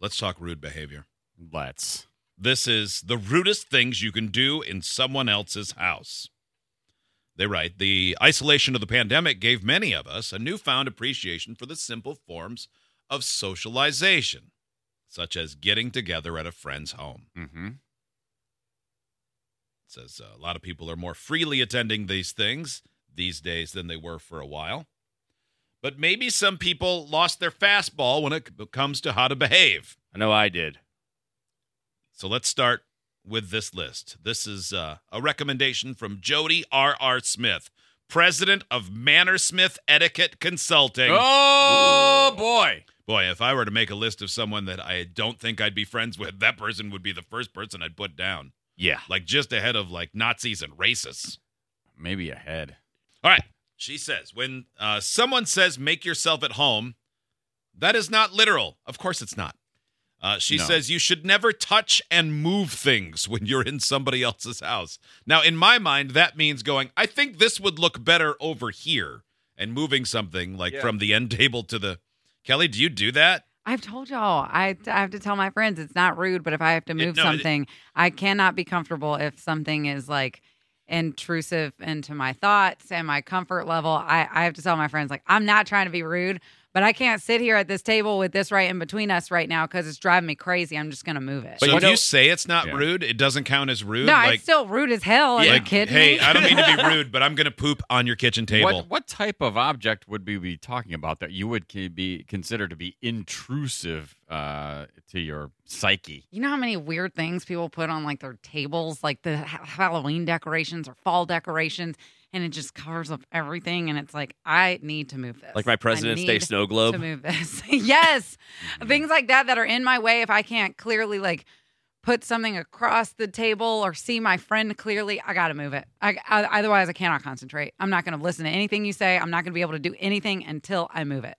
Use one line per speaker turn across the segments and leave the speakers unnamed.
Let's talk rude behavior.
Let's.
This is the rudest things you can do in someone else's house. They write The isolation of the pandemic gave many of us a newfound appreciation for the simple forms of socialization, such as getting together at a friend's home.
Mm-hmm.
It says uh, a lot of people are more freely attending these things these days than they were for a while. But maybe some people lost their fastball when it c- comes to how to behave.
I know I did.
So let's start with this list. This is uh, a recommendation from Jody R. R. Smith, president of Manner Smith Etiquette Consulting.
Oh boy.
Boy, if I were to make a list of someone that I don't think I'd be friends with, that person would be the first person I'd put down,
Yeah.
like just ahead of like Nazis and racists.
Maybe a head.
All right. She says, when uh, someone says make yourself at home, that is not literal. Of course it's not. Uh, she
No.
says you should never touch and move things when you're in somebody else's house. Now, in my mind, that means going, I think this would look better over here and moving something like
Yeah.
from the end table to the. Kelly, do you do that?
I've told y'all, I, I have to tell my friends it's not rude, but if I have to
It-
move
no, it-
something, I cannot be comfortable if something is like intrusive into my thoughts and my comfort level. I, I have to tell my friends, like, I'm not trying to be rude, but I can't sit here at this table with this right in between us right now because it's driving me crazy. I'm just going to move it.
But
you
so if you
know-
say it's not
Yeah.
rude, it doesn't count as rude.
no,
like,
it's still rude as hell. Are
like,
you kidding
hey,
me?
I don't mean to be rude, but I'm going to poop on your kitchen table.
What what type of object would we be talking about that you would ca- be considered to be intrusive uh, to your psyche?
You know how many weird things people put on like their tables, like the ha- Halloween decorations or fall decorations, and it just covers up everything. And it's like, I need to move this.
Like my
I
President's Day
need
snow
To
globe.
move this, yes, things like that that are in my way. If I can't clearly like put something across the table or see my friend clearly, I got to move it. I, I, otherwise, I cannot concentrate. I'm not going to listen to anything you say. I'm not going to be able to do anything until I move it.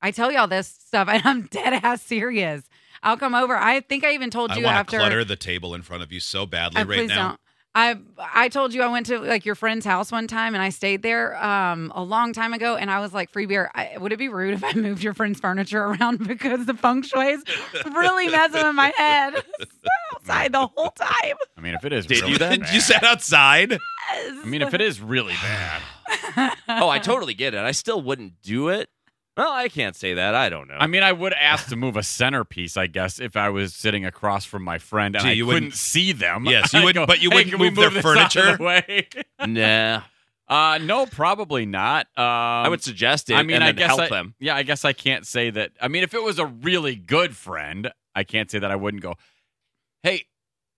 I tell you all this stuff, and I'm dead ass serious. I'll come over. I think I even told
I
you
want
after.
to clutter the table in front of you so badly
Uh,
right
please
now.
don't. I I told you I went to like your friend's house one time and I stayed there um a long time ago and I was like free beer. I, would it be rude if I moved your friend's furniture around because the feng shui is really messing with my head outside the whole time.
I mean, if it is
Did
really
you then?
bad-
you sat outside.
I mean, if it is really bad,
Oh, I totally get it. I still wouldn't do it. Well, I can't say that. I don't know.
I mean, I would ask to move a centerpiece, I guess, if I was sitting across from my friend and
Gee,
I
you wouldn't-
couldn't see them.
Yes, you
I'd
wouldn't- but you
"Hey,
wouldn't
can we
move their
this out of the
furniture?"
way?"
nah.
Uh, no, probably not. Um,
I would suggest it.
I mean,
and
I
then
guess
help
I,
them.
Yeah, I guess I can't say that. I mean, if it was a really good friend, I can't say that I wouldn't go. Hey,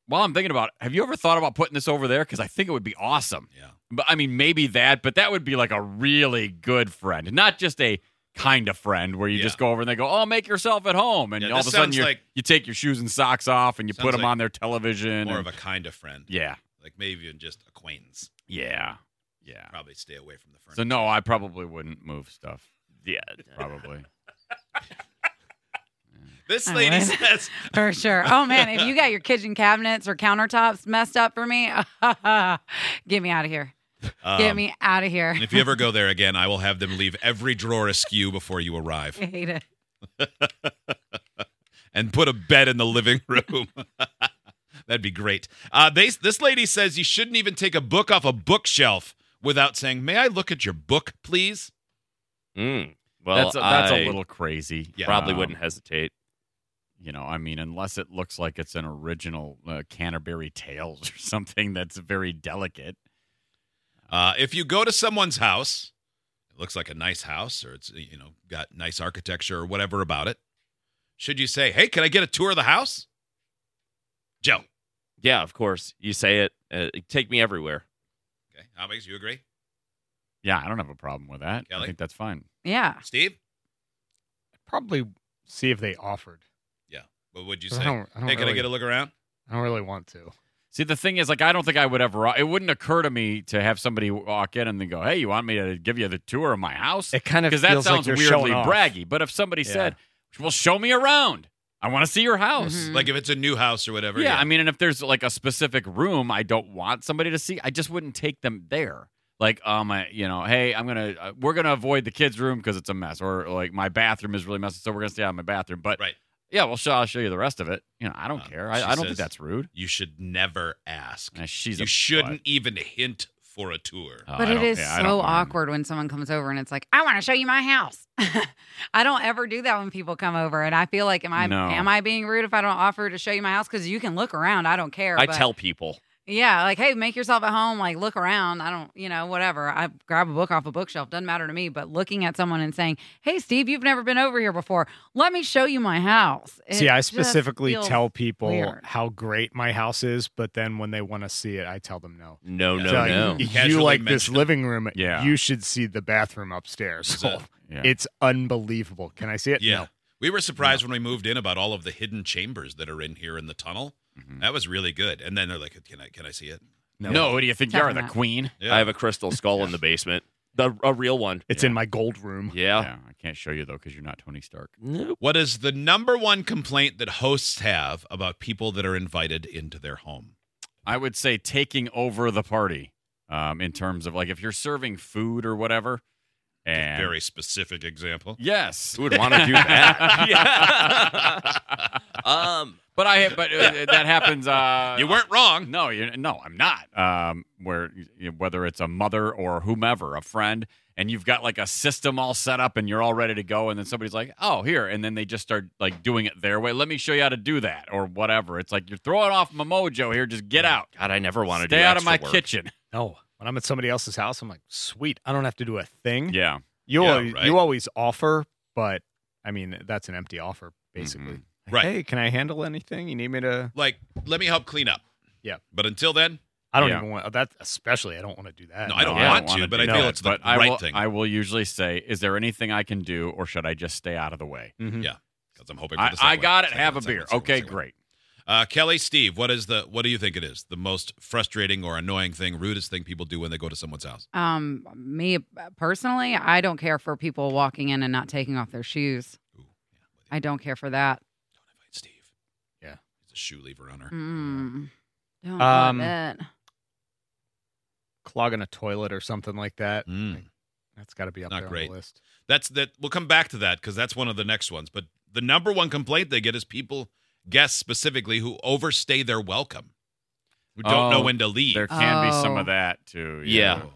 while I'm thinking about it, have you ever thought about putting this over there? Because I think it would be awesome.
Yeah.
But I mean, maybe that. But that would be like a really good friend, not just a kind of friend where you
Yeah.
just go over and they go, "Oh, make yourself at home," and
Yeah,
all
this
of a sudden
sounds
you
like-
you take your shoes and socks off and you put
Sounds
them
like
on their television.
More
and-
of a kind of friend.
yeah,
Like maybe even just acquaintance.
yeah, yeah.
Probably stay away from the furniture.
So no, I probably wouldn't move stuff.
Yeah.
Probably.
This
I
lady
would.
says,
For sure. Oh man, if you got your kitchen cabinets or countertops messed up for me, get me out of here. Get
um,
me out of here.
If you ever go there again, I will have them leave every drawer askew before you arrive
I hate it.
and put a bed in the living room. That'd be great. Uh, they, this lady says you shouldn't even take a book off a bookshelf without saying, May I look at your book, please?
Mm. Well,
That's a, that's
I
a little crazy.
Yeah.
Probably
Um,
wouldn't hesitate.
You know, I mean, unless it looks like it's an original uh, Canterbury Tales or something that's very delicate.
Uh, if you go to someone's house, it looks like a nice house or it's, you know, got nice architecture or whatever about it. Should you say, hey, can I get a tour of the house? Joe.
Yeah, of course. You say it. Uh, take me everywhere.
Okay. How makes you agree?
Yeah, I don't have a problem with that.
Kelly?
I think that's fine.
Yeah.
Steve?
Probably see if they offered.
What would you
But
say?
I
Hey,
don't. I don't
can I
really-
get a look around?
I don't really want to.
See, the thing is, like, I don't think I would ever. It wouldn't occur to me to have somebody walk in and then go, "Hey, you want me to give you the tour of my house?"
It kind of
Because
feels
that
like
sounds
you're
weirdly
showing off.
braggy. But if somebody
Yeah.
said, "Well, show me around. I want to see your
Mm-hmm.
house."
Mhm.
Like if it's a new house or whatever.
Yeah, I mean, and if there's like a specific room I don't want somebody to see, I just wouldn't take them there. Like, um, I, you know, hey, I'm gonna uh, we're gonna avoid the kids' room because it's a mess, or like my bathroom is really messy, so we're gonna stay out of my bathroom. But
Right.
yeah, well, sure, I'll show you the rest of it. You know, I don't
Uh,
care. I, I
she
don't
says-
think that's rude.
you should never ask.
Uh, she's a
you
butt.
shouldn't even hint for a tour.
Uh,
Oh,
But
I
it
don't-
is
yeah, I don't
so
mind.
awkward when someone comes over and it's like, I want to show you my house. I don't ever do that when people come over, and I feel like, am I
No.
am I being rude if I don't offer to show you my house? Because you can look around. I don't care.
I
but-
tell people.
Yeah, like hey, make yourself at home. Like look around. I don't, you know, whatever. I grab a book off a bookshelf. Doesn't matter to me. But looking at someone and saying, "Hey, Steve, you've never been over here before. Let me show you my house." It
See, I
just
specifically
feels-
tell people
weird.
how great my house is, but then when they want to see it, I tell them no.
No,
Yeah.
no,
So
no.
You,
Casually
you like this
mention it.
living room?
Yeah.
You should see the bathroom upstairs.
So-
Yeah.
It's unbelievable. Can I see it?
Yeah.
No.
We were surprised when we moved in about all of the hidden chambers that are in here in the tunnel.
Mm-hmm.
Mhm.
That was really good. And then they're like, "Can I can I see it?"
no. Who do you think you are, the
Definitely not.
queen?
Yeah.
I have a crystal skull in the basement. The, a real one.
It's in my gold room.
Yeah.
Yeah, I can't show you though because you're not Tony Stark.
Nope.
what is the number one complaint that hosts have about people that are invited into their home?
I would say taking over the party um, in terms of like if you're serving food or whatever. And
Very specific example.
yes,
Who would want to do that? Um,
But I but uh, that happens. Uh,
You weren't wrong.
No, you're, no, I'm not. Um, where you know, whether it's a mother or whomever, a friend, and you've got like a system all set up and you're all ready to go, and then somebody's like, "Oh, here," and then they just start like doing it their way. Let me show you how to do that or whatever. It's like you're throwing off my mojo here. Just get out.
God, I never want to do
Stay out of my
extra work.
kitchen.
No. When I'm at somebody else's house, I'm like, sweet. I don't have to do a thing.
Yeah,
You
Yeah,
always,
right.
you always offer, but I mean that's an empty offer basically. Like,
Mm-hmm. Right.
Hey, can I handle anything? You need me to?
Like, let me help clean up.
Yeah.
But until then,
I don't
Yeah.
even want that. Especially, I don't want to do that.
No, I don't
I
want
don't
to,
wanna
but
do
I
that,
feel it's the
but
right
I will,
thing
I will usually say, "Is there anything I can do, or should I just stay out of the way?"
Mhm.
Yeah. because I'm hoping. For
I,
the
I
second
got
one.
it. Have a
Second one,
beer.
second one,
Okay,
second one.
great.
Uh, Kelly, Steve, what is the what do you think it is? The most frustrating or annoying thing, rudest thing people do when they go to someone's house?
Um, me personally, I don't care for people walking in and not taking off their shoes.
Ooh, yeah, with you.
I don't care for that.
Don't invite Steve.
Yeah.
He's a shoe lever on her.
Mm. Don't
Um,
love it.
Clogging a toilet or something like that.
Mm.
That's got to be up
Not
there
great.
on the list.
That's that. We'll come back to that because that's one of the next ones. But the number one complaint they get is people, guests specifically, who overstay their welcome, who don't
Oh,
know when to leave.
There can be some
Oh.
of that too.
Yeah.
know.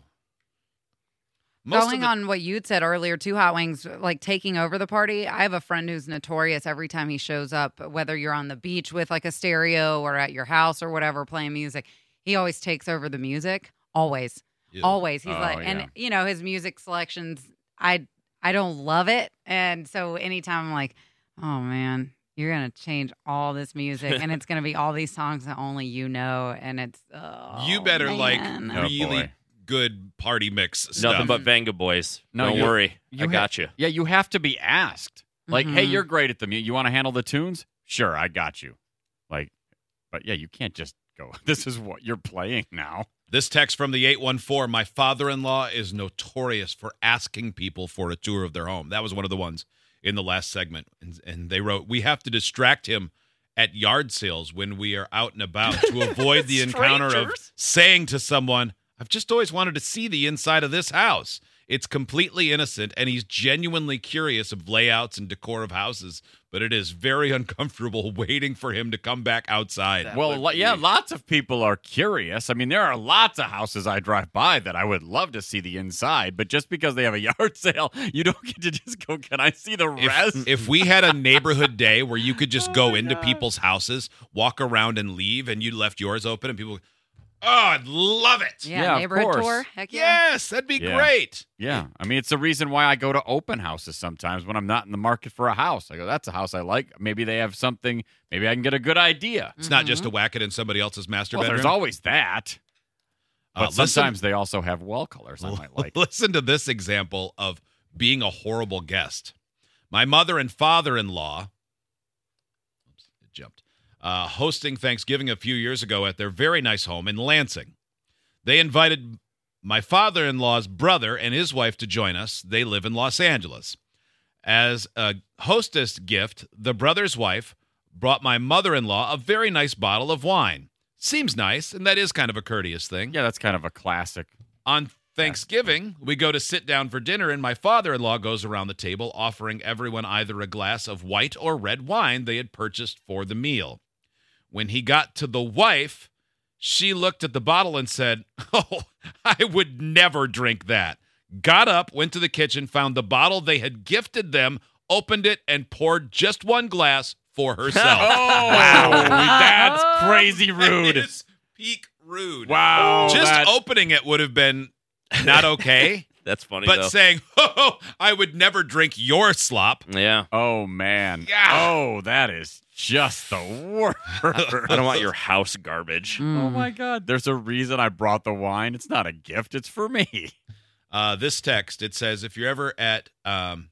Most of
Going
the-
on what you'd said earlier, two hot wings, like taking over the party. I have a friend who's notorious every time he shows up, whether you're on the beach with like a stereo or at your house or whatever playing music, he always takes over the music. Always.
Ew.
Always. He's
Oh,
like
yeah.
and you know, his music selections I I don't love it. And so anytime I'm like, oh man, you're gonna change all this music and it's gonna be all these songs that only you know and it's oh,
You better, like,
man.
Oh,
Really
boy.
good party mix stuff.
Nothing but Venga boys.
No,
Don't
you-
worry.
you
I
ha-
got you.
Yeah, you have to be asked. Like, hey,
Mm-hmm.
Mhm.
you're great at the music. You want to handle the tunes? Sure, I got you. Like, but yeah, you can't just go. This is what you're playing now.
This text from the 814 My father in law is notorious for asking people for a tour of their home. That was one of the ones in the last segment. And, and they wrote, We have to distract him at yard sales when we are out and about to avoid the encounter of
Strangers.
saying to someone, I've just always wanted to see the inside of this house. It's completely innocent, and he's genuinely curious of layouts and decor of houses, but it is very uncomfortable waiting for him to come back outside.
That
well,
would
lo- yeah,
be-
lots of people are curious. I mean, there are lots of houses I drive by that I would love to see the inside, but just because they have a yard sale, you don't get to just go, can I see the rest?
If, if we had a neighborhood day where you could
Oh
just go into people's houses, walk around and leave, and you left yours open, and people, oh, I'd love it.
Yeah,
Yeah, of
neighborhood
course.
tour. Heck yeah.
Yes, that'd be
Yeah.
great.
yeah. I mean, it's the reason why I go to open houses sometimes when I'm not in the market for a house. I go, that's a house I like. Maybe they have something, maybe I can get a good idea.
Mm. It's not just
Mm-hmm.
to whack it in somebody else's master
Well, there's
bedroom.
always that.
Uh,
But sometimes they also have wall colors I might like.
Listen to this example of being a horrible guest. My mother and father in law, oops, it jumped, uh, hosting Thanksgiving a few years ago at their very nice home in Lansing. They invited my father in law's brother and his wife to join us. They live in Los Angeles. As a hostess gift, the brother's wife brought my mother in law a very nice bottle of wine. Seems nice, and that is kind of a courteous thing.
Yeah, that's kind of a classic.
On Thanksgiving, we go to sit down for dinner, and my father in law goes around the table offering everyone either a glass of white or red wine they had purchased for the meal. When he got to the wife, she looked at the bottle and said, Oh, I would never drink that. Got up, went to the kitchen, found the bottle they had gifted them, opened it, and poured just one glass for herself.
Oh, wow. That's crazy
It
rude.
is peak rude.
Wow.
Just
that's-
opening it would have been not okay.
That's funny
but
though.
saying, "Oh, I would never drink your slop."
yeah.
Oh man.
Yeah.
Oh, that is just the worst.
I don't want your house garbage.
Oh
Mm.
my god. There's a reason I brought the wine. It's not a gift, it's for me.
Uh, this text it says, if you're ever at um,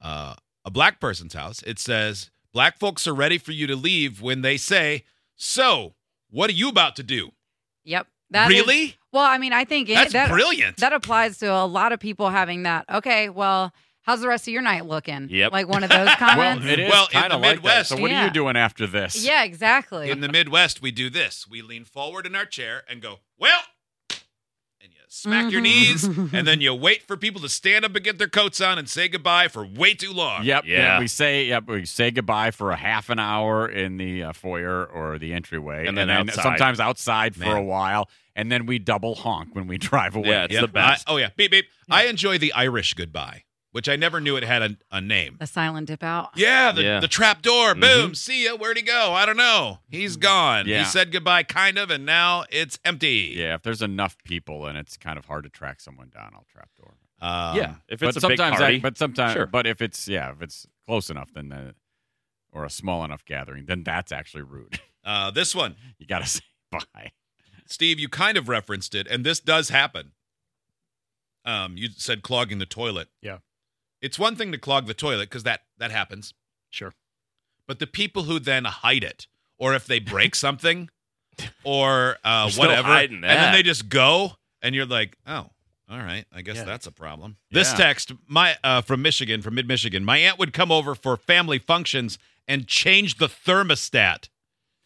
uh, a black person's house, it says, "Black folks are ready for you to leave when they say, so." What are you about to do?
Yep. That is-
really?
well, I mean, I think it,
That's
that,
brilliant.
that applies to a lot of people having that. Okay, well, how's the rest of your night looking?
Yep.
Like one of those comments.
it is Well, in the
kinda like that.
Midwest-
So what are
Yeah.
you doing after this?
yeah, exactly.
In the Midwest, we do this. We lean forward in our chair and go, well, and you smack your
Mhm.
knees, and then you wait for people to stand up and get their coats on and say goodbye for way too long.
Yep.
Yeah.
We say yep. We say goodbye for a half an hour in the uh, foyer or the entryway,
And then outside.
sometimes outside for
Man.
a while, and then we double honk when we drive away.
Yeah, it's the
I-
best.
oh yeah, beep beep. I enjoy the Irish goodbye, which I never knew it had a, a name.
the silent dip out.
Yeah, the,
Yeah. Mm-hmm.
the trap door. Boom. See ya. Where'd he go? I don't know. He's gone.
Yeah.
He said goodbye, kind of, and now it's empty.
Yeah, if there's enough people and it's kind of hard to track someone down, I'll trapdoor.
Um,
yeah. If
but
it's a big
sometimes,
party.
I, but sometimes,
Sure.
but if it's yeah, if it's close enough, then uh, or a small enough gathering, then that's actually rude.
Uh, this one,
you gotta say bye.
Steve, you kind of referenced it, and this does happen. Um, you said clogging the toilet.
Yeah.
It's one thing to clog the toilet because that that happens,
Sure.
but the people who then hide it, or if they break something, or uh,
You're still
whatever,
hiding
and then
that.
they just go, and you're like, oh, all right, I guess
Yeah.
that's a problem.
Yeah.
This text, my uh, from Michigan, from mid Michigan, my aunt would come over for family functions and change the thermostat.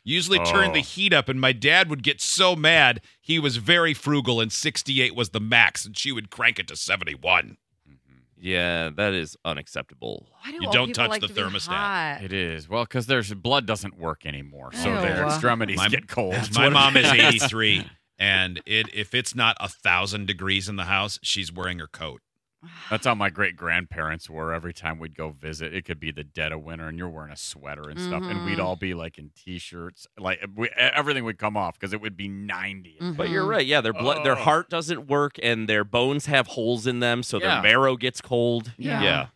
Usually turn the
Oh.
heat up, and my dad would get so mad. He was very frugal, and 68 was the max, and she would crank it to 71.
yeah, that is unacceptable.
Why do
You
old
don't
people
touch
like
the
to be
thermostat.
hot?
It is well because their blood doesn't work anymore, so
Ew.
their extremities
My-
get cold.
my mom is 83, and it if it's not a thousand degrees in the house, she's wearing her coat.
That's how my great grandparents were. Every time we'd go visit, it could be the dead of winter, and you're wearing a sweater and stuff, and we'd
Mhm.
all be like in t-shirts, like we, e, everything would come off because it would be 90.
Mm-hmm.
But you're right. Yeah, their blood, their
Oh.
heart doesn't work, and their bones have holes in them, so
Yeah.
their marrow gets cold.
Yeah.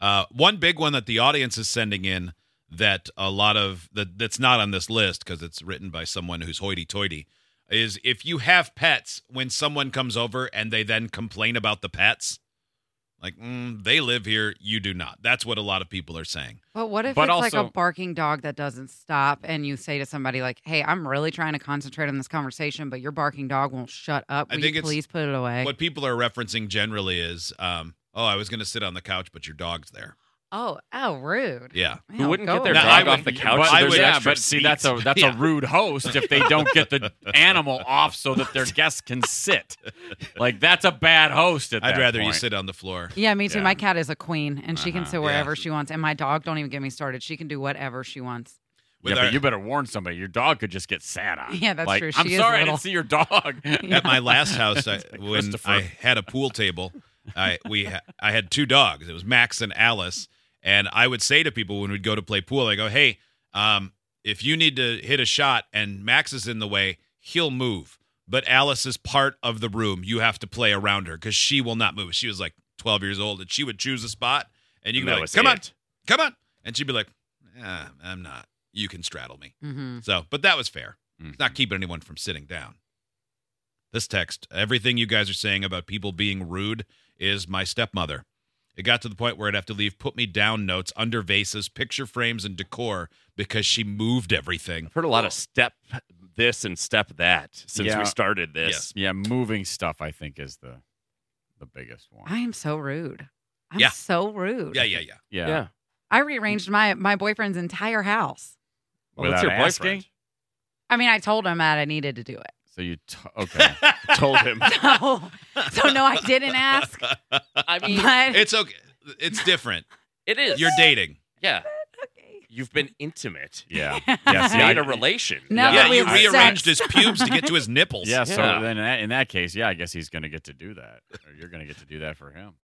Uh, one big one that the audience is sending in that a lot of that that's not on this list because it's written by someone who's hoity-toity is if you have pets when someone comes over and they then complain about the pets like mm, they live here you do not that's what a lot of people are saying
But what if
But
it's like a
also-
barking dog that doesn't stop and you say to somebody like, Hey, I'm really trying to concentrate on this conversation, but your barking dog won't shut up.
I
Will
think
you
it's-
please put it away?
what people are referencing generally is um, oh i was going to sit on the couch but your dog's there
Oh, oh, rude.
Yeah.
Who wouldn't get their
No,
dog
I would-
off the couch?
but
so
I
there's
would-
an
yeah,
extra
but see,
seat?
that's a that's
Yeah.
a rude host if they don't get the animal off so that their guests can sit. Like that's a bad host. At
I'd
that
rather you
point.
sit on the floor.
Yeah, me too.
Yeah.
My cat is a queen, and she can
Uh-huh.
sit wherever she wants. And my dog, don't even get me started. She can do whatever she wants.
With
yeah,
our-
but you better warn somebody. Your dog could just get sat on.
Yeah, that's
Like,
true.
I'm
She is
sorry, I
little.
didn't see your dog.
at my last house I, when
Christopher.
I had a pool table, I we ha- I had two dogs. It was Max and Alice, and I would say to people when we'd go to play pool, I go, "Hey, um, if you need to hit a shot and Max is in the way, he'll move, but Alice is part of the room. You have to play around her because she will not move." She was like 12 years old, and she would choose a spot, and you can
And that
be like,
was
"Come
it.
on, come on," and she'd be like, "Ah, "I'm not. You can straddle me."
Mm-hmm.
So, but that was fair.
Mhm.
It's not keeping anyone from sitting down. This text, everything you guys are saying about people being rude is my stepmother. It got to the point where I'd have to leave put me down notes under vases, picture frames, and decor because she moved everything.
I've heard a lot of step this and step that since
Yeah.
we started this.
yeah, moving stuff I think is the the biggest one.
I am so rude. I'm
Yeah.
so rude.
Yeah, yeah, yeah.
yeah.
I rearranged my my boyfriend's entire house.
Well, that's
Without
your
asking?
boyfriend.
I mean, I told him that I needed to do it.
So you t- okay?
Told him.
So, so no, I didn't ask.
I mean,
But
It's okay. It's different.
it is.
You're dating.
yeah.
okay.
You've been intimate.
yeah.
Yeah,
see,
made
I-
a relation.
Now
yeah,
that we
you
have
rearranged
sex.
his pubes to get to his nipples.
Yeah, so
Yeah.
then in that, in that case, yeah, I guess he's going to get to do that, or you're going to get to do that for him.